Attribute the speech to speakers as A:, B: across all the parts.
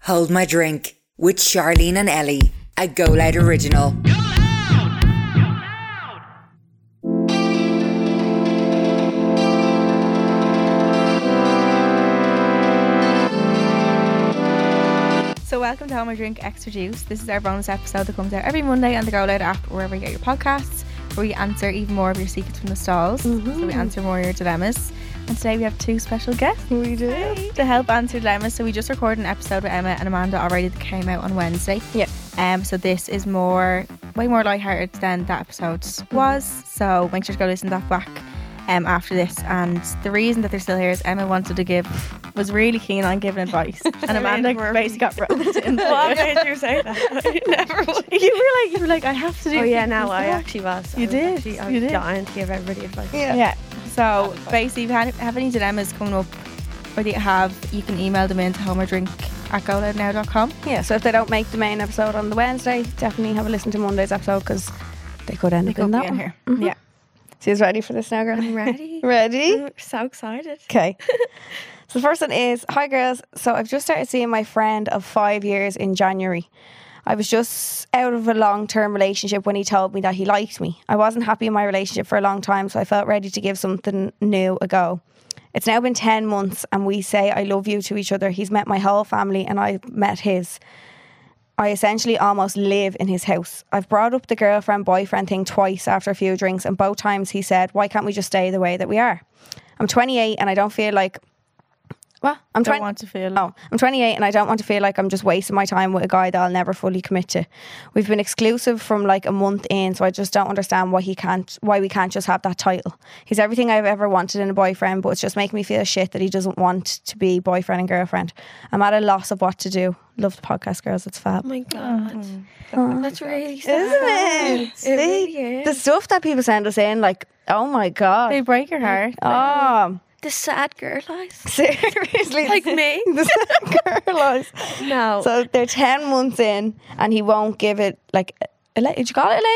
A: Hold My Drink with Charlene and Ellie, a Go Loud original.
B: So welcome to Home and Drink Extra Juice. This is our bonus episode that comes out every Monday on the Go Loud app, wherever you get your podcasts, where we answer even more of your secrets from the stalls.
C: Mm-hmm.
B: So we answer more of your dilemmas. And today we have two special guests
C: We do.
B: to help answer dilemmas. So we just recorded an episode with Emma and Amanda already that came out on Wednesday.
C: Yeah.
B: Um. So this is more, way more lighthearted than that episode was. So make sure to go listen to that back. Um, after this, and the reason that they're still here is Emma wanted to give, was really keen on giving advice, and Amanda basically got roped into it.
C: made you say that? I never would.
B: you were like, you were like, I have to do.
C: Oh yeah,
B: this
C: no, I
B: now."
C: actually was.
B: You
C: I was
B: did,
C: Actually, I
B: you
C: was
B: did.
C: dying to give everybody advice.
B: Yeah. So basically, if you had- have any dilemmas coming up, or that you have, you can email them in to homerdrink at goloudnow.com.
C: Yeah. So if they don't make the main episode on the Wednesday, definitely have a listen to Monday's episode because they could end up in that. one.
B: Yeah.
C: So you ready for this now, girl?
B: Ready?
C: ready?
D: so excited.
C: Okay. so the first one is Hi, girls. So I've just started seeing my friend of five years in January. I was just out of a long term relationship when he told me that he liked me. I wasn't happy in my relationship for a long time, so I felt ready to give something new a go. It's now been 10 months, and we say I love you to each other. He's met my whole family, and I've met his. I essentially almost live in his house. I've brought up the girlfriend boyfriend thing twice after a few drinks, and both times he said, Why can't we just stay the way that we are? I'm 28 and I don't feel like. What? I'm
B: Don't
C: 20
B: want to feel.
C: no, I'm 28 and I don't want to feel like I'm just wasting my time with a guy that I'll never fully commit to. We've been exclusive from like a month in, so I just don't understand why he can't, why we can't just have that title. He's everything I've ever wanted in a boyfriend, but it's just making me feel shit that he doesn't want to be boyfriend and girlfriend. I'm at a loss of what to do. Love the podcast, girls. It's fab.
D: Oh my god. Oh, That's really sad.
C: Isn't it?
D: It
C: See,
D: really is.
C: the stuff that people send us in, like, oh my
B: They
C: god,
B: break your heart.
C: oh,
D: The sad girl eyes.
C: seriously,
D: Like me.
C: this girl eyes.
D: No.
C: So they're 10 months in and he won't give it like a la- did you call it a
B: Y-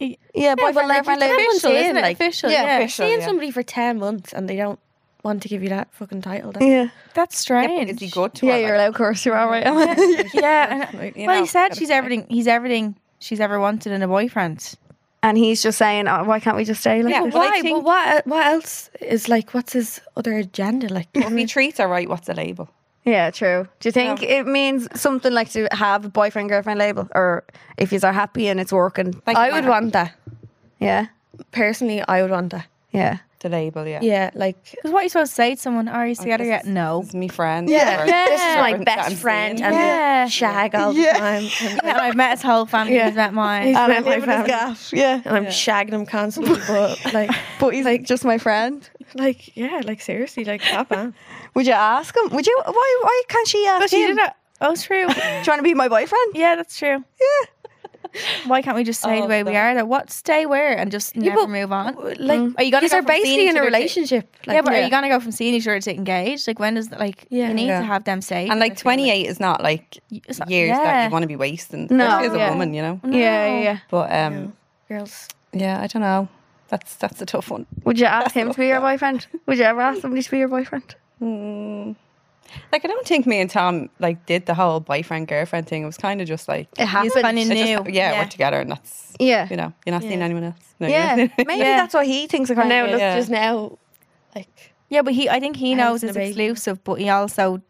C: label? Yeah, boyfriend,
D: like, it's
C: girlfriend label.
D: official, isn't it?
C: Like,
B: Official,
C: Yeah,
B: yeah.
C: official.
D: Seeing
C: yeah.
D: somebody for ten months and they don't want to give you that fucking title. That's
C: yeah.
B: That's strange.
E: good to
C: Yeah, you're allowed, of course, you are right. am I?
B: Yeah. I know.
E: You
B: well,
E: know,
B: he said
E: gotta
B: she's
E: say.
B: everything. He's everything she's ever wanted in a boyfriend.
C: and he's just saying, oh, why can't we just stay like
E: Yeah,
C: this?
E: well, I
D: why? But
E: think-
D: what? What else is like? What's his other agenda? Like,
E: If he treats her right, what's the label?
C: Yeah, true. Do you think it means something like to have a boyfriend girlfriend label or if you are happy and it's working?
E: Like
D: I would want that.
C: yeah.
D: Personally, I would want that.
C: Yeah.
E: the label, yeah.
D: Yeah, like
B: Because what are you supposed to say to someone? Are you together yet? No.
E: This is me friend.
D: Yeah.
E: or-
D: Yeah. This is my
E: or
D: best
E: that I'm
D: friend
E: seeing.
D: and-
B: Yeah.
D: shag all the time. And,
B: And I've met his whole family.
D: Yeah.
B: He's met mine.
C: And
D: I'm my family.
C: Yeah.
D: and I'm shagging him constantly, but like,
C: But he's like just my friend.
D: like yeah, like seriously, like that man.
C: Would you ask him? Would you why why can't she ask
B: But she
C: him?
B: did it. Oh, it's true.
C: Trying to be my boyfriend?
B: Yeah, that's true. Yeah. Why can't we just stay the
E: Oh,
B: way we
E: that-
B: are? That what stay where and just never
D: but-
B: move on. Mm.
D: Like,
B: Are you gonna?
D: because
B: Go
D: they're
B: from seeing
D: basically
B: each
D: in a
B: other to-
D: relationship. Like,
B: yeah, but are you gonna go from seeing each other to engage? Like when does like
D: Yeah.
B: you need
E: Yeah.
B: to have them say
E: And like 28 is not like
B: years that
E: years that you want to be wasting,
C: No,
E: especially as a
C: yeah.
E: woman, you know.
C: Yeah, yeah, yeah.
E: But um,
D: girls.
E: yeah, I don't know. That's that's a tough one.
C: Would you ask him to be your boyfriend? Would you ever ask somebody to be your boyfriend?
E: Mm. Like I don't think me and Tom like did the whole boyfriend girlfriend thing. It was kind of just like
C: It happens.
B: kind of
E: it just-
B: new.
E: yeah, we're together, and that's
C: yeah.
E: you know you're not seeing anyone else. No, you're
C: Yeah.
E: not seeing-
C: Maybe that's what he thinks of kind
D: now
C: of
D: Oh, look,
E: Yeah.
D: just now, like
B: Yeah, but he, I think he
D: Hands
B: knows
D: in
B: it's
D: a baby.
B: exclusive, but he also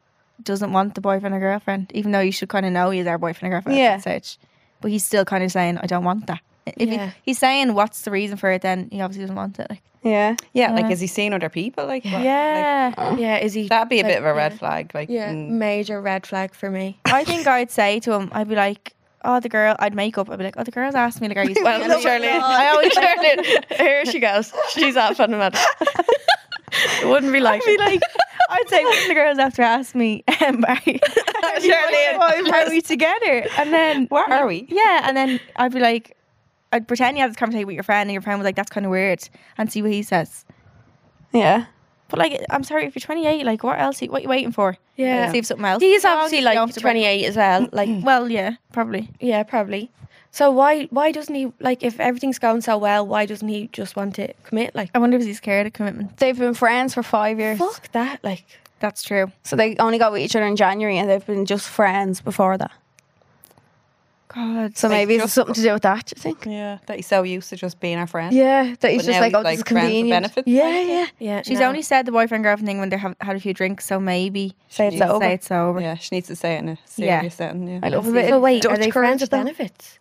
B: doesn't want the boyfriend or girlfriend, even though you should kind of know he's our boyfriend or girlfriend
C: Yeah.
B: at that stage. But he's still kind of saying, I don't want that. If he-
D: Yeah.
B: he's saying, what's the reason for it, then he obviously doesn't want it. Like,
C: Yeah.
E: yeah, like is he seeing other people? Like what- like,
D: yeah, is he?
E: that'd be a
D: like,
E: bit of a red
D: yeah.
E: flag. Like
D: Yeah,
E: mm.
D: major red flag for me.
B: I think I'd say to him, I'd be like, oh, the girl, I'd make up. I'd be like, oh, the girl's asked me, like, are you
D: Well,
B: single?"
D: Charlene.
B: I always like,
D: Charlene, here she goes. She's off on a matter. It wouldn't be like,
B: be like, I'd say one of the girls after asked me, um, are, you,
D: Charlene.
B: are we together? And then
E: where are we?
B: Yeah, and then I'd be like, I'd pretend you had this conversation with your friend, and your friend was like, "That's kind of weird," and see what he says.
C: Yeah.
B: But like, I'm sorry, if you're 28, like, what else? What you waiting for?
D: yeah.
B: see if something else.
D: He's
B: Well,
D: obviously
B: you don't
D: like
B: have to
D: 28
B: break-
D: as well. Like,
B: Well, yeah, probably.
D: yeah, probably. So why why doesn't he like if everything's going so well? Why doesn't he just want to commit? Like,
B: I wonder if he's scared of commitment.
D: Oh,
C: They've been friends for five years.
D: fuck that. Like,
B: That's true.
C: So they only got with each other in January and they've been just friends before that.
B: God. So
C: So maybe it's
E: just-
C: something to do with that, do you think?
E: Yeah, that you're so used to just being our friend.
C: Yeah, that he's
E: But
C: just
E: now
C: like,
E: he's,
C: oh, this is
E: like, friends with
C: convenient.
E: benefits
C: Yeah, yeah.
D: Yeah,
B: she's
D: no.
B: only said the boyfriend girlfriend thing when they have had a few drinks. So maybe
C: Say it's
B: she'd
C: over.
B: say it's over.
E: Yeah, she needs to say it in a
B: Yeah.
E: serious setting. Yeah.
C: I love a bit.
D: But
C: of
D: wait, are
C: Dutch
D: they
C: courage,
D: friends with
C: though.
D: benefits?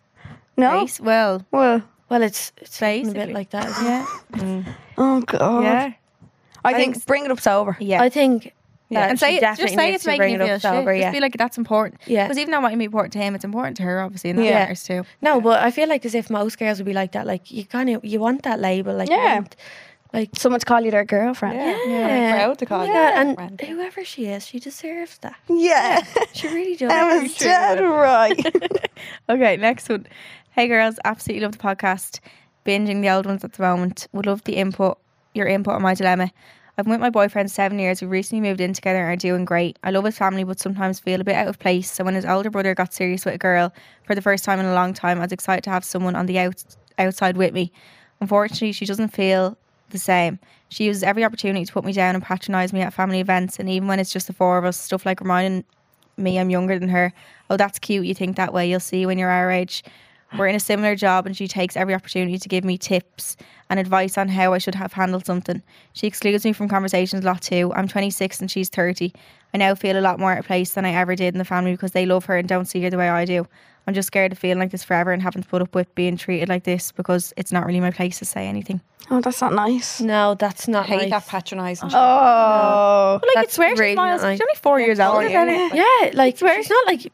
C: No.
B: Nice. Well,
C: Well,
D: Well, it's it's something a
B: Basically.
D: bit like that. isn't it?
B: yeah,
C: oh god.
B: yeah,
C: I
B: I
C: think
B: think-
C: bring it up sober.
B: yeah.
D: I think.
E: Yeah.
D: that
B: and say
D: she
B: it, just
D: definitely
B: say
D: needs
B: it's
D: to
B: making
D: bring
B: you
D: it
B: feel
D: up
B: shit.
D: sober,
B: Just
D: yeah.
B: be like that's important.
D: Yeah.
B: Because even though it might be important to him, it's important to her, obviously, and that
C: Yeah.
B: matters too.
D: No, but I feel like as if most girls would be like that. Like you kind of you want that label. Like you
C: Yeah.
D: want- like
C: Someone to call you their girlfriend.
E: Yeah.
D: yeah.
E: Proud to call
D: Oh
E: you
D: my God,
E: her
D: and
E: friend.
D: whoever she is, she deserves that.
C: Yeah.
D: She really does.
C: I was dead right.
B: Okay, next one. Hey girls, absolutely love the podcast. Binging the old ones at the moment. Would love the input, your input on my dilemma. I've been with my boyfriend seven years. We recently moved in together and are doing great. I love his family, but sometimes feel a bit out of place. So when his older brother got serious with a girl for the first time in a long time, I was excited to have someone on the out, outside with me. Unfortunately, she doesn't feel the same. She uses every opportunity to put me down and patronise me at family events, and even when it's just the four of us, stuff like reminding me I'm younger than her. Oh, that's cute. You think that way. You'll see when you're our age. We're in a similar job, and she takes every opportunity to give me tips and advice on how I should have handled something. She excludes me from conversations a lot too. I'm 26 and she's 30. I now feel a lot more at place than I ever did in the family because they love her and don't see her the way I do. I'm just scared of feeling like this forever and having to put up with being treated like this because it's not really my place to say anything.
C: oh, that's not nice.
D: No, that's not.
E: Hate
D: nice.
E: that patronising. shit.
C: Oh.
B: But like,
D: That's
B: it's weird,
D: really
B: Miles.
D: nice.
B: She's only four years
E: four
B: older than
E: years.
B: it.
D: Yeah, like it's not like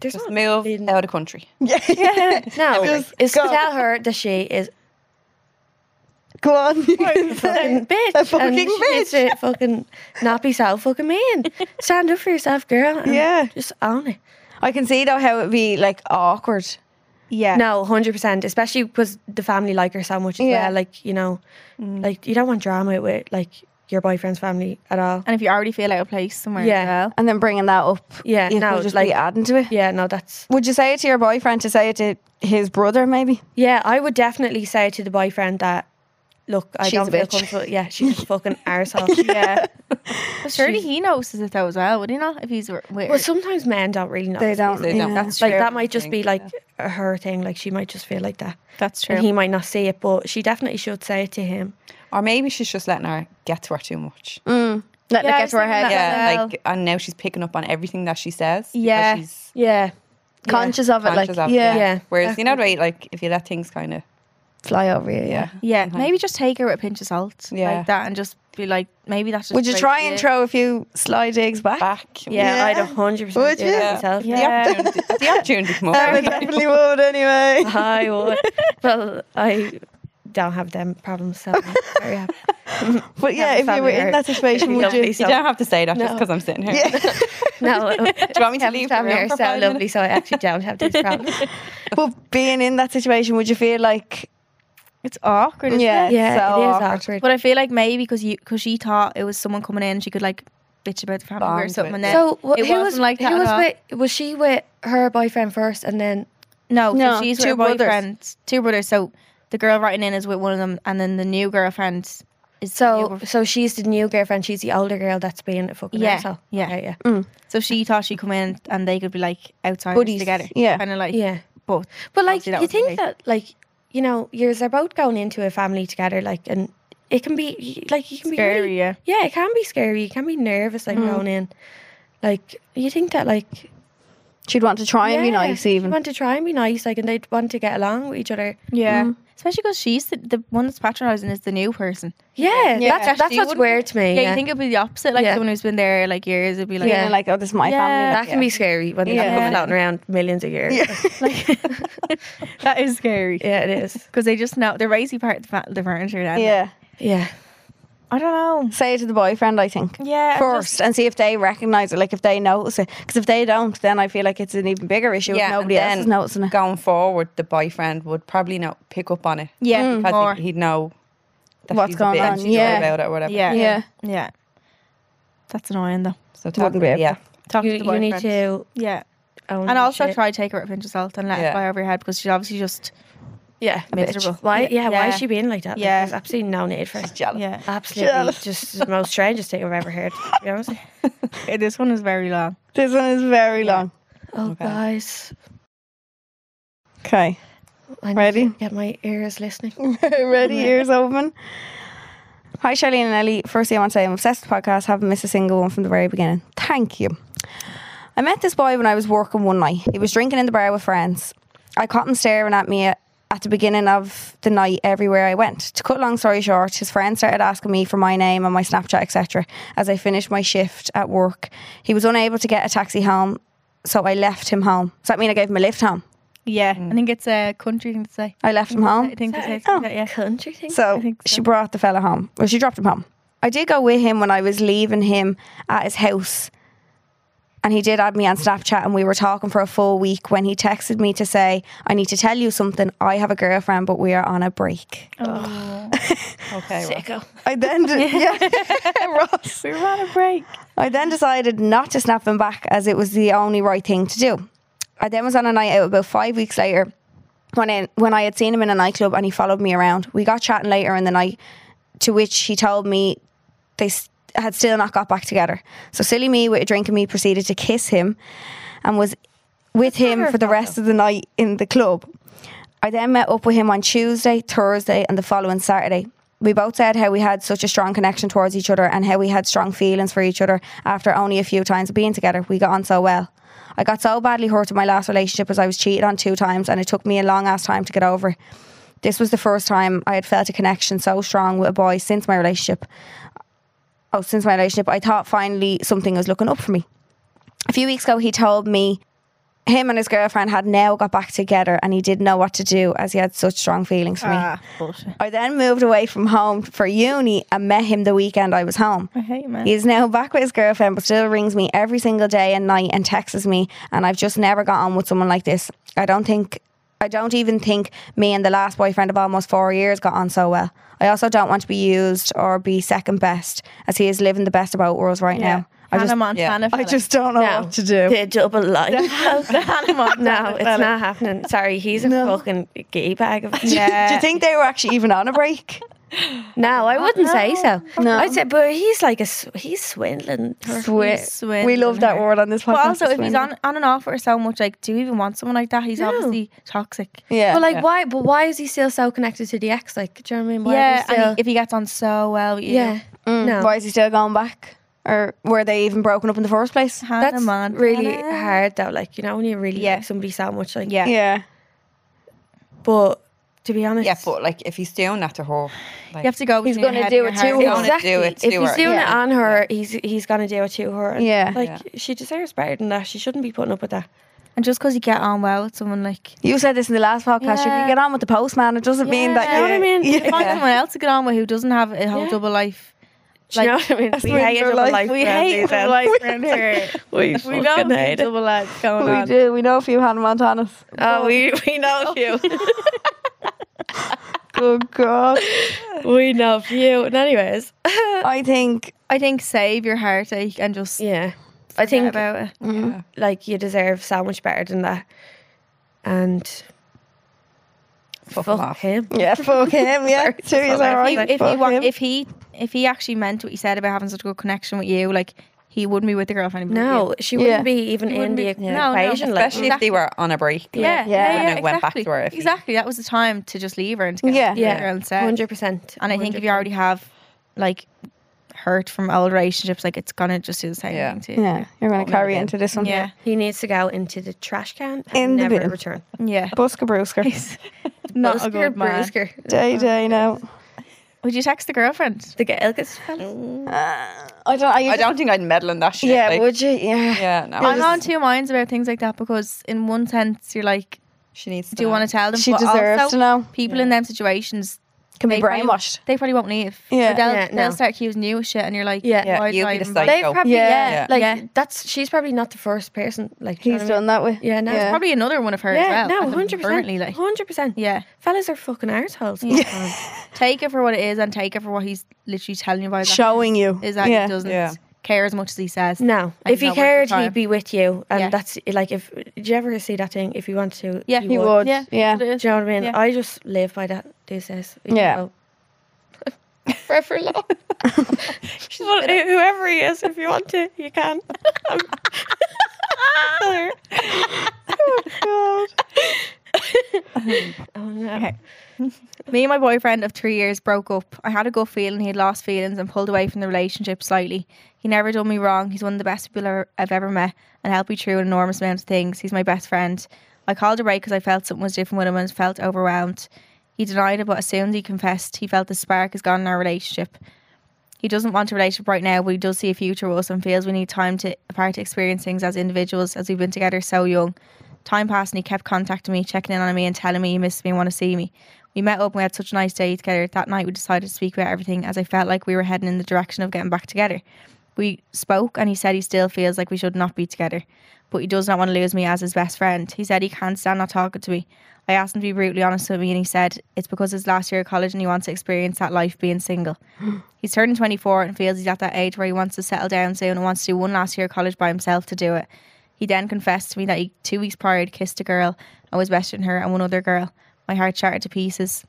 D: there's
E: oh, Just
D: not
E: move
D: been-
E: out of country.
C: Yeah. yeah.
D: No,
C: Just
D: it's
C: go.
D: to tell her that she is
C: Go on.
D: a fucking bitch.
C: A fucking
D: and she needs
C: bitch.
D: to fucking not be so fucking mean. Stand up for yourself, girl. and
C: Yeah.
D: Just own it.
C: I can see though how it'd be like awkward.
B: Yeah.
D: No, 100%. Especially because the family like her so much as
C: Yeah. Mm.
D: well. Like, you know, like you don't want drama with like your boyfriend's family at all.
B: And if you already feel out of place somewhere,
D: Yeah.
B: as well.
C: And then bringing that up.
D: Yeah,
C: You
D: no,
C: could just
D: like-
C: be adding to it.
D: Yeah, no, that's.
C: Would you say it to your boyfriend to say it to his brother maybe?
D: Yeah, I would definitely say to the boyfriend that, look, I
C: She's a
D: don't feel
C: bitch.
D: comfortable. Yeah, she's a fucking arsehole. yeah.
B: But uh, surely he notices it though as well, would he not? If he's w- with
D: Well, sometimes men don't really know.
C: They don't.
E: They don't.
C: yeah.
B: That's
D: Like
B: true.
D: that might just
E: Think,
D: be like her thing. Like she might just feel like that,
B: that's
D: and he might not see it, but she definitely should say it to him.
E: Or maybe she's just letting her get to her too much.
C: Let
B: Yeah,
C: it
B: I
C: get
B: was
C: to her
B: thinking
C: head.
B: that.
E: Yeah,
B: Well.
E: like and now she's picking up on everything that she says. because
B: Yeah.
E: she's
D: Yeah,
C: Conscious of it,
E: conscious
C: like
E: of it,
C: yeah,
D: Yeah.
E: Whereas you know the way, like if you let things kind of
C: fly over you. Yeah. Mm-hmm.
B: yeah, maybe just take her with a pinch of salt,
E: Yeah.
B: like that, and just be like, maybe that's just.
C: Would you
B: the way
C: try
B: she
C: and
B: is.
C: throw a few sly digs back?
E: back.
D: yeah,
C: Yeah.
D: I'd a hundred percent
C: Would
D: do
C: you?
D: that myself.
E: The opportunity, the opportunity come
C: I
E: up.
C: definitely would anyway.
D: I would. well, I don't have them problems, so I'm very happy.
C: But yeah, if you were in that situation, would you?
D: lovely,
E: You
D: so-
E: don't have to say that just
D: No.
E: because I'm sitting here.
D: no,
E: Do you want me to
D: Kevin's
E: leave the
D: family
E: room
D: are
E: for
D: so
E: five minutes?
D: lovely, so I actually don't have these problems.
C: But being in that situation, would you feel like
B: It's awkward, isn't
C: Yeah.
B: yeah.
D: Yeah,
C: So
D: it is
C: awkward.
D: awkward.
B: But I feel like maybe because you because she thought it was someone coming in, she could like bitch about the family
E: Bond
B: or
E: with
B: something. And
E: it.
B: then
D: so wh-
B: it
D: who
B: wasn't
D: was
B: like that.
D: Who
B: at
D: was
B: all.
D: with? Was she with her boyfriend first, and then?
B: no, so
C: No,
B: she's
C: two
B: with her
C: brothers.
B: boyfriend, two brothers. So the girl writing in is with one of them, and then the new girlfriend is the new
D: So,
B: girlf-
D: so she's the new girlfriend. She's the older girl that's being a fucking
B: Yeah,
D: arsehole.
B: yeah.
D: Okay, yeah.
B: so she thought she'd come in and they could be like outside
C: Buddies,
B: together,
C: yeah.
B: kind of like
D: Yeah.
B: But
D: But like
B: Obviously, that
D: you
B: wasn't
D: think
B: me.
D: that like, you know, you're they're both going into a family together, like and it can be like you can be
B: scary,
D: really-
B: yeah. Mm.
D: yeah, it can be scary. You can be nervous like going in. Like you think that like
C: she'd want to try and be
D: yeah,
C: nice
D: you
C: even?
D: want to try and be nice, like and they want to get along with each other.
B: Yeah. Mm-hmm. Especially because she's the, the one that's patronising is the new person.
D: Yeah,
B: Yeah.
D: that's that's
B: She
D: what's
B: wouldn't-
D: weird to me.
B: Yeah,
D: Yeah,
B: you think it'd be the opposite. Like
D: Yeah.
B: someone who's been there like years, it'd be like,
C: Being
D: Yeah.
C: like, oh, this is my
B: Yeah.
C: family.
D: that can be scary when
C: Yeah.
D: they're
B: Yeah.
D: floating around millions of years. Yeah,
B: that is scary.
D: it is.
B: Because they just know they're raising part of the fa- the furniture then.
C: Yeah.
D: Yeah,
B: I don't know.
C: Say it to the boyfriend, I think.
B: Yeah. I'm
C: First,
B: just-
C: and see if they recognise it, like if they notice it. Because if they don't, then I feel like it's an even bigger issue if
E: Yeah,
C: nobody
E: and
C: else is
E: then
C: noticing it.
E: Going forward, the boyfriend would probably not pick up on it.
B: yeah.
E: because
B: more.
E: he, would know that
C: Mm. What's
E: she's a
C: going
E: bit-
C: on,
E: and she's all
C: yeah.
E: about it or whatever.
B: yeah.
C: Yeah.
B: Yeah. That's annoying though.
E: so talk,
C: Wouldn't be able
E: yeah,
C: to.
B: Talk
D: you,
B: to the
D: you need
B: boyfriend.
D: to
B: Yeah.
D: own
B: And
D: your
B: also
D: shit.
B: try to take her up pinch yourself and let
E: Yeah.
B: it fly over your head because she's obviously just
D: Yeah,
C: a
D: miserable.
C: bitch.
D: Why?
B: Yeah,
D: Yeah, why
B: yeah.
D: is she being like that? Like,
B: Yeah.
D: there's absolutely no need for it.
E: Jealous.
B: Yeah.
D: Absolutely,
C: Jealous.
D: just the most strangest thing I've ever heard. To be honest.
B: Yeah, Eh, This one is very long.
C: This one is very long.
D: Oh,
E: Okay.
D: guys,
C: Okay.
D: I need
C: Ready?
D: to get my ears listening.
C: Ready, ears open. Hi, Charlene and Ellie. Firstly, I want to say I'm obsessed with podcasts. Haven't missed a single one from the very beginning. Thank you. I met this boy when I was working one night. He was drinking in the bar with friends. I caught him staring at me at, at the beginning of the night everywhere I went. To cut a long story short, his friends started asking me for my name and my Snapchat, etc. As I finished my shift at work, he was unable to get a taxi home, so I left him home. Does that mean I gave him a lift home?
B: Yeah, I think it's a country thing to say.
C: I left him home.
B: I think to say
C: Oh.
B: that, yeah.
D: Country thing.
C: So,
B: think
C: she
B: so.
C: brought the fella home. Well, she dropped him home. I did go with him when I was leaving him at his house. And he did add me on Snapchat and we were talking for a full week when he texted me to say, I need to tell you something. I have a girlfriend, but we are on a break.
E: Okay. Well.
D: Sicko.
C: I then de- yeah, Ross.
B: We were on a break.
C: I then decided not to snap him back as it was the only right thing to do. I then was on a night out about five weeks later when I, when I had seen him in a nightclub and he followed me around. We got chatting later in the night, to which he told me they s- had still not got back together. So silly me with a drink and me proceeded to kiss him and was with him for the rest of the night in the club. I then met up with him on Tuesday, Thursday, and the following Saturday. We both said how we had such a strong connection towards each other and how we had strong feelings for each other after only a few times of being together. We got on so well. I got so badly hurt in my last relationship as I was cheated on two times and it took me a long ass time to get over. it. This was the first time I had felt a connection so strong with a boy since my relationship. Oh, since my relationship, I thought finally something was looking up for me. A few weeks ago, he told me him and his girlfriend had now got back together and he didn't know what to do as he had such strong feelings for me.
B: Ah, bullshit.
C: I then moved away from home for uni and met him the weekend I was home.
B: I hate men.
C: He is now back with his girlfriend, but still rings me every single day and night and texts me. And I've just never got on with someone like this. I don't think, I don't even think me and the last boyfriend of almost four years got on so well. I also don't want to be used or be second best, as he is living the best about worlds right now. I
B: Hannah
C: just,
B: Montana.
C: I
B: fella.
C: just don't know
D: No.
C: what to do.
D: The double life.
B: The Hannah Montana
D: no, it's
B: fella.
D: not happening. Sorry, he's a fucking gay bag of.
C: Do you
B: Yeah.
C: think they were actually even on a break?
D: No, I wouldn't say so.
C: No.
D: I'd say, but he's like a sw- he's swindling. her.
B: Swindling
C: We love that
B: her.
C: word on this podcast.
B: But also, if he's
C: swindle.
B: on, on and off for so much, like, do you even want someone like that? He's
D: No.
B: obviously toxic.
C: yeah,
D: But like,
E: Yeah.
D: why? But why is he still so connected to the ex? Like, do you know what I mean? Why
B: yeah,
D: yeah, still,
B: and he, if he gets on so well, with you.
D: yeah,
C: Mm.
D: no.
C: why is he still going back? Or were they even broken up in the first place?
B: Hannah
D: that's
B: Montana.
D: really hard though. Like, you know, when you really
B: Yeah.
D: like somebody so much, like,
B: Yeah.
C: Yeah,
D: But to be honest,
E: Yeah, but like if he's doing that to her,
B: You
E: like,
B: have to go.
C: He's
B: between your
C: gonna
B: head
C: do
B: and
C: it
B: your
C: to
B: heart.
E: her.
B: Yeah.
D: exactly,
E: do it
D: if
E: to
D: he's
E: her.
D: doing
B: Yeah.
D: it on her, he's he's gonna do it to her. And,
C: Yeah.
D: like
E: Yeah.
D: she deserves better than that. She shouldn't be putting up with that.
B: And just because you get on well with someone, like,
C: you said this in the last podcast. You
B: Yeah.
C: can get on with the postman. It doesn't mean that
B: Yeah.
C: you.
D: You know what I mean?
C: Yeah.
B: find someone else to get on with who doesn't have a whole
D: Yeah.
B: double life.
D: Do you know what I mean? We
C: when
D: hate a
C: your
D: double
C: life-
D: life.
B: We
D: around
B: hate
D: these
B: double
D: ends.
B: life around here.
D: We
B: we
D: fucking
B: don't need
D: hate it.
B: double life going
C: We
B: on.
C: do. We know a few Hannah Montanas.
D: Oh, we we know you.
C: Oh God!
D: we know you. And anyways,
C: I think
B: I think save your heartache and just
D: yeah, I
B: think
D: think mm-hmm.
B: about it.
D: like you deserve so much better than that. And
E: fuck, him
D: fuck
E: off.
D: him.
C: yeah, fuck him. Yeah, serious. All right.
B: If, if he
C: fuck
B: wa-
C: him.
B: if he if he actually meant what he said about having such a good connection with you, like he wouldn't be with the girlfriend. he'd be with you.
D: No, she wouldn't
C: Yeah.
D: be even in the
B: wouldn't be- No, no,
D: equation. like,
E: Especially if they were on a break.
B: Yeah, yeah,
C: Yeah.
B: yeah,
E: And it went back
B: exactly.
E: to her if he-
B: exactly, that was the time to just leave her and to get yeah,
C: Yeah.
D: Yeah.
B: yeah, and set.
D: hundred percent.
B: And I think if you already have like hurt from old relationships, like it's gonna just do the same
E: Yeah.
B: thing to you.
C: yeah, you're gonna carry into this one.
B: yeah,
D: he needs to go into the trash can and
C: In the
D: never
C: bin.
D: return.
B: yeah.
C: Busker Brewsker.
B: Not a
D: Brusker,
B: good man.
D: Brusker.
C: Day day now.
B: Would you text the girlfriend?
D: The girl gets
B: Oh,
D: fell.
C: Uh, I don't. Are you
E: I don't think I'd meddle in that shit.
C: Yeah,
E: like,
C: would you? Yeah.
E: yeah, no.
B: I'm on two minds about things like that because, in one sense, you're like,
E: she needs. To
B: do you
E: know.
B: want to tell them?
C: She
B: But
C: deserves
B: also,
C: to know.
B: People in them situations
C: Can be
B: they probably-
C: brainwashed.
B: They probably won't leave. So
C: Yeah.
B: they'll,
D: Yeah,
B: they'll
D: no.
B: start accusing you of shit, and you're like,
D: Yeah.
E: Yeah,
B: why
E: you'd
B: did I
E: be the
B: even
E: psycho.
B: bother?
D: They've probably
C: Yeah.
D: yeah,
E: Yeah.
D: like
B: Yeah.
D: that's she's probably not the first person. Like do you
C: He's
D: know what
C: done that with.
D: Yeah, no.
C: Yeah.
B: Probably another one of
D: I
B: hers.
D: mean?
B: as well,
D: Yeah,
B: at
D: no,
B: the-
D: hundred
B: currently,
D: percent,
B: like,
D: hundred percent.
B: yeah.
D: Fellas are fucking arseholes.
B: Take it for what it is, and take it for what he's literally telling you about.
C: Showing you.
B: is that
C: yeah.
B: he doesn't
E: Yeah.
B: care as much as he says.
D: No,
B: I
D: if
B: think
D: he
B: that works
D: cared,
B: for Tyler.
D: he'd be with you, and
B: Yeah.
D: that's like if. Did you ever see that thing? If you want to,
B: Yeah,
D: you
B: he
C: You
D: would.
C: would.
B: Yeah.
C: Yeah. Yeah.
D: Do you know what I mean?
B: Yeah.
D: I just live by that. This says,
C: Yeah.
D: forever love. well, whoever he is, if you want to, you can. oh no!
B: Okay. Me and my boyfriend of three years broke up. I had a gut feeling he'd lost feelings and pulled away from the relationship slightly. He never done me wrong. He's one of the best people I've- I've ever met and helped me through an enormous amount of things. He's my best friend. I called a break because I felt something was different with him and felt overwhelmed. He denied it, but as soon as he confessed, he felt the spark is gone in our relationship. He doesn't want a relationship right now, but he does see a future with us and feels we need time to apart to experience things as individuals as we've been together so young. Time passed and he kept contacting me, checking in on me and telling me he missed me and want to see me. We met up and we had such a nice day together. That night we decided to speak about everything as I felt like we were heading in the direction of getting back together. We spoke and he said he still feels like we should not be together, but he does not want to lose me as his best friend. He said he can't stand not talking to me. I asked him to be brutally honest with me and he said it's because it's last year of college and he wants to experience that life being single. He's turning 24 and feels he's at that age where he wants to settle down soon and wants to do one last year of college by himself to do it. He then confessed to me that he, two weeks prior, had kissed a girl and was besting her and one other girl. My heart shattered to pieces.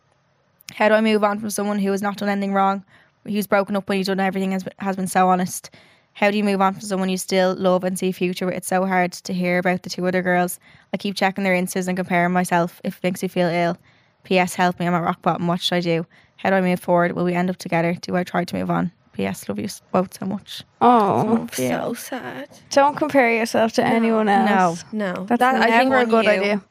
B: How do I move on from someone who has not done anything wrong? He was broken up when he's done everything and has- has been so honest. How do you move on from someone you still love and see a future with? It's so hard to hear about the two other girls. I keep checking their instas and comparing myself if it makes me feel ill. P.S. Help me, I'm at rock bottom. What should I do? How do I move forward? Will we end up together? Do I try to move on? P.S. Love you s- both so much.
C: Oh,
D: So sad.
C: don't compare yourself to anyone else.
D: No,
C: that's
D: that, I think
C: never a good
D: you-
C: idea.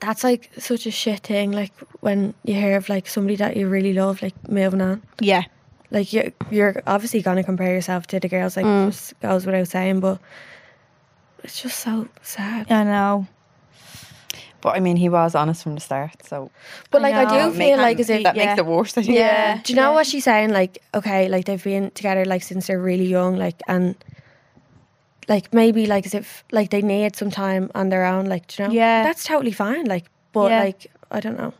D: That's like such a shit thing. Like when you hear of like somebody that you really love, like moving on.
B: Yeah.
D: Like you, you're obviously gonna compare yourself to the girls. Like just goes without saying, but it's just so sad.
B: I know.
E: But I mean, he was honest from the start, so
D: But like I,
B: know,
D: do
E: make-
D: feel like is it
E: that
B: yeah.
E: makes it worse. I think.
D: Yeah. Do you know what she's saying? Like, okay, like they've been together like since they're really young, like and like maybe like as if like they need some time on their own, like do you know?
B: Yeah.
D: That's totally fine. Like but
B: Yeah.
D: like I don't know.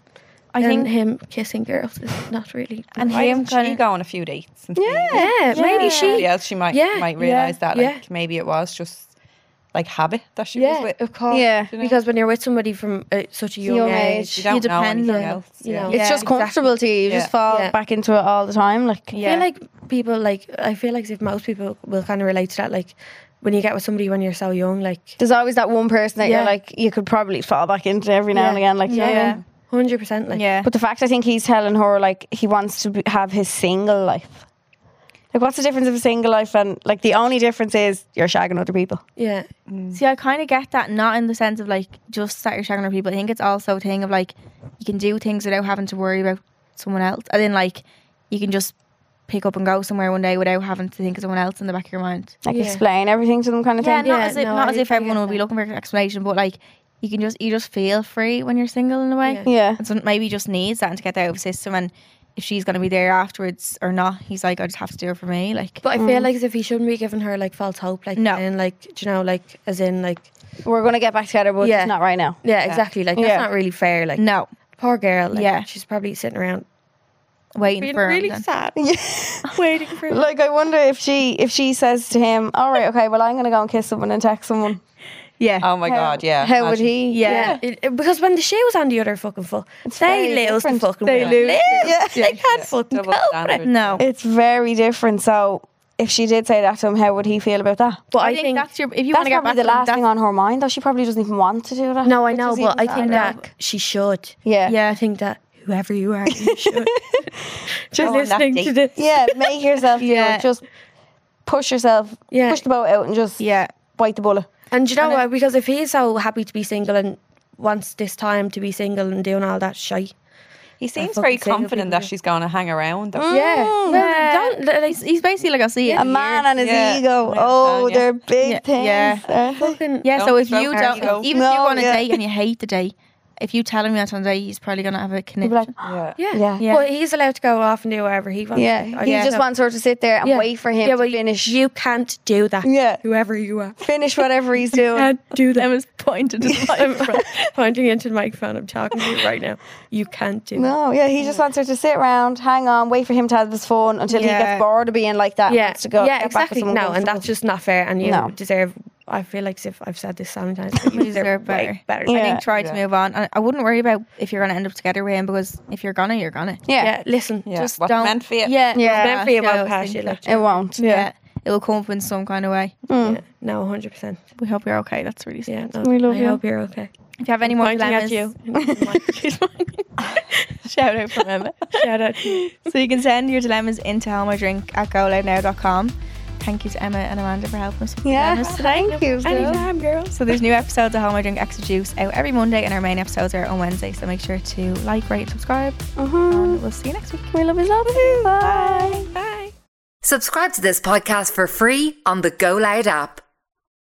B: I
D: and
B: think
D: him kissing girls is not really
B: and
E: Why
B: him
E: didn't she
B: kind of
E: go on a few dates? And
D: Yeah, maybe she
E: Yeah, she might
D: Yeah,
E: might
D: yeah,
E: realize that like
D: yeah.
E: maybe it was just like habit that she
D: Yeah,
E: was with.
D: of course.
C: Yeah.
E: you know?
D: Because when you're with somebody from uh, such a young,
C: Young
D: age,
E: you
C: age,
E: don't
B: you
E: know
B: depend
E: anything
B: on-
E: else.
D: you
E: yeah.
D: know.
C: It's
B: Yeah,
C: just comfortable to you. You
E: Yeah.
C: just fall
D: Yeah.
C: back into it all the time. Like,
D: I feel like people like I feel like as if most people will kind of relate to that. Like when you get with somebody when you're so young, like
C: there's always that one person that
D: Yeah.
C: you're like, you could probably fall back into every now
D: Yeah.
C: and again. Like, you know what I
B: Yeah.
C: mean?
D: hundred percent, like
B: yeah.
C: But the fact I think he's telling her like he wants to be, have his single life. Like, what's the difference of a single life and like the only difference is you're shagging other people.
D: yeah,
B: See, I kind of get that, not in the sense of like just that you're shagging other people. I think it's also a thing of like you can do things without having to worry about someone else. And then like you can just pick up and go somewhere one day without having to think of someone else in the back of your mind.
C: Like,
D: Yeah.
C: explain everything to them, kind of
B: Yeah,
C: thing.
B: not
D: Yeah,
B: as if,
D: no,
B: not
D: I
B: as if
D: agree
B: everyone
D: with
B: will be
D: that.
B: looking for an explanation, but like you can just you just feel free when you're single in a way.
D: Yeah.
C: Yeah.
B: And so maybe he just needs that and to get that out of his system. And if she's gonna be there afterwards or not, he's like, I just have to do it for me. Like,
D: But I feel like as if he shouldn't be giving her like false hope, like
B: No.
D: and like do you know, like as in like
C: We're gonna get back together, but
D: Yeah.
C: it's not right now.
D: yeah, exactly. Like that's
C: Yeah.
D: not really fair. Like
B: no,
D: poor girl. Like,
B: Yeah.
D: she's probably sitting around
B: waiting
D: being
B: for him
D: really
B: then.
D: sad, waiting for. Him.
C: Like, I wonder if she if she says to him, "All right, okay, well, I'm gonna go and kiss someone and text someone."
B: Yeah.
E: Oh my god, yeah.
C: How would
E: imagine.
C: he?
B: yeah.
D: Yeah, it- it- because when the shoe was on the other fucking foot, they
C: very
D: lose the
C: different.
D: fucking
B: They
D: will.
B: lose.
C: Yeah.
D: They can't
E: Yeah.
D: fucking
E: Double
D: cope with
E: standard.
D: it.
B: No.
C: It's very different. So, if she did say that to him, how would he feel about that?
D: But
B: I,
D: I
B: think,
D: think
B: that's your if you want
C: That's
B: to get
C: probably
B: back
C: the
B: to them,
C: last
B: that's-
C: thing on her mind, though. She probably doesn't even want to do that.
D: no, I
C: which
D: know,
C: is
D: but I
C: even
D: think
C: sadder.
D: that she should.
C: Yeah.
D: I
B: Yeah.
D: think that whoever you are, you should. Just
E: Go on that
D: listening to
E: date.
D: this.
C: Yeah, make yourself. yeah,
B: Yeah.
C: just push yourself.
D: Yeah.
C: push the boat out and just
B: Yeah.
C: bite the bullet.
D: And do you know what? Because if he's so happy to be single and wants this time to be single and doing all that shit,
E: He seems
D: fucking
E: very
D: single
E: confident
D: people
E: that
D: do.
E: she's going to hang around. though.
D: yeah, well,
B: Yeah.
D: don't like
B: He's, he's basically like I see it.
C: Mm. A man and his
E: Yeah.
C: ego.
E: Yeah,
C: Oh,
E: yeah.
C: they're big
B: Yeah,
C: things.
B: yeah.
C: aren't they?
D: fucking
B: Yeah, so
E: Don't
B: if you
E: stroke her
B: don't,
E: ego.
B: even if you
C: No,
B: go on a
C: yeah.
B: date and you hate the date, if you tell him you're on Sunday, he's probably gonna have a
C: He'd be
B: connection.
C: like,
E: Yeah.
D: Yeah.
C: Yeah.
D: Well, he's allowed to go off and do whatever he wants.
C: yeah,
D: Like,
C: he
D: yeah.
C: just wants her to sit there and
D: Yeah.
C: wait for him
D: Yeah,
C: to
D: well,
C: finish.
D: You can't do that.
C: yeah,
D: Whoever you are.
C: finish whatever he's doing.
D: Can't do that.
B: Them is pointed to the microphone.
D: Pointing into the microphone, I'm talking to you right now. You can't do that.
C: No, yeah, he just wants her to sit around, hang on, wait for him to have his phone until he
B: Yeah.
C: gets bored of being like that. and
D: Yeah,
C: wants to go.
D: yeah,
C: get back with
D: exactly.
C: someone
D: No, and
C: comfortable.
D: that's just not fair. And you
C: No.
D: deserve. I feel like as if I've said this so many times, but you deserve
B: deserve
D: way better.
B: I
C: Yeah.
B: think try to move on. And I wouldn't worry about if you're gonna end up together with him because if you're gonna, you're gonna.
C: yeah,
D: Yeah, listen.
E: Yeah.
D: Just
E: What's
B: don't-
E: meant for you?
B: Yeah,
C: Yeah.
D: meant for you,
B: yeah, I
D: won't
B: was
D: pass you.
B: thinking
D: Like,
C: it won't.
B: yeah. it will come up in some kind of way.
C: Mm.
D: yeah, no, hundred percent.
B: We hope you're okay. That's really sad.
D: Yeah, no,
C: We love
D: I
C: you.
D: hope you're okay.
B: If you have any more
D: Pointing
B: dilemmas,
D: at you.
B: shout out from Emma.
D: Shout out. to you.
B: so you can send your dilemmas into hellmydrink at goloudnow.com. Thank you to Emma and Amanda for helping us with the
C: Yeah,
B: dilemmas today.
C: thank you. Phil.
D: Anytime, girls.
B: So there's new episodes of How My Drink Extra Juice out every Monday, and our main episodes are on Wednesday. So make sure to like, rate, and subscribe. And we'll see you next week.
C: Uh-huh. We love you, love you. Bye.
A: Subscribe to this podcast for free on the Go Loud app.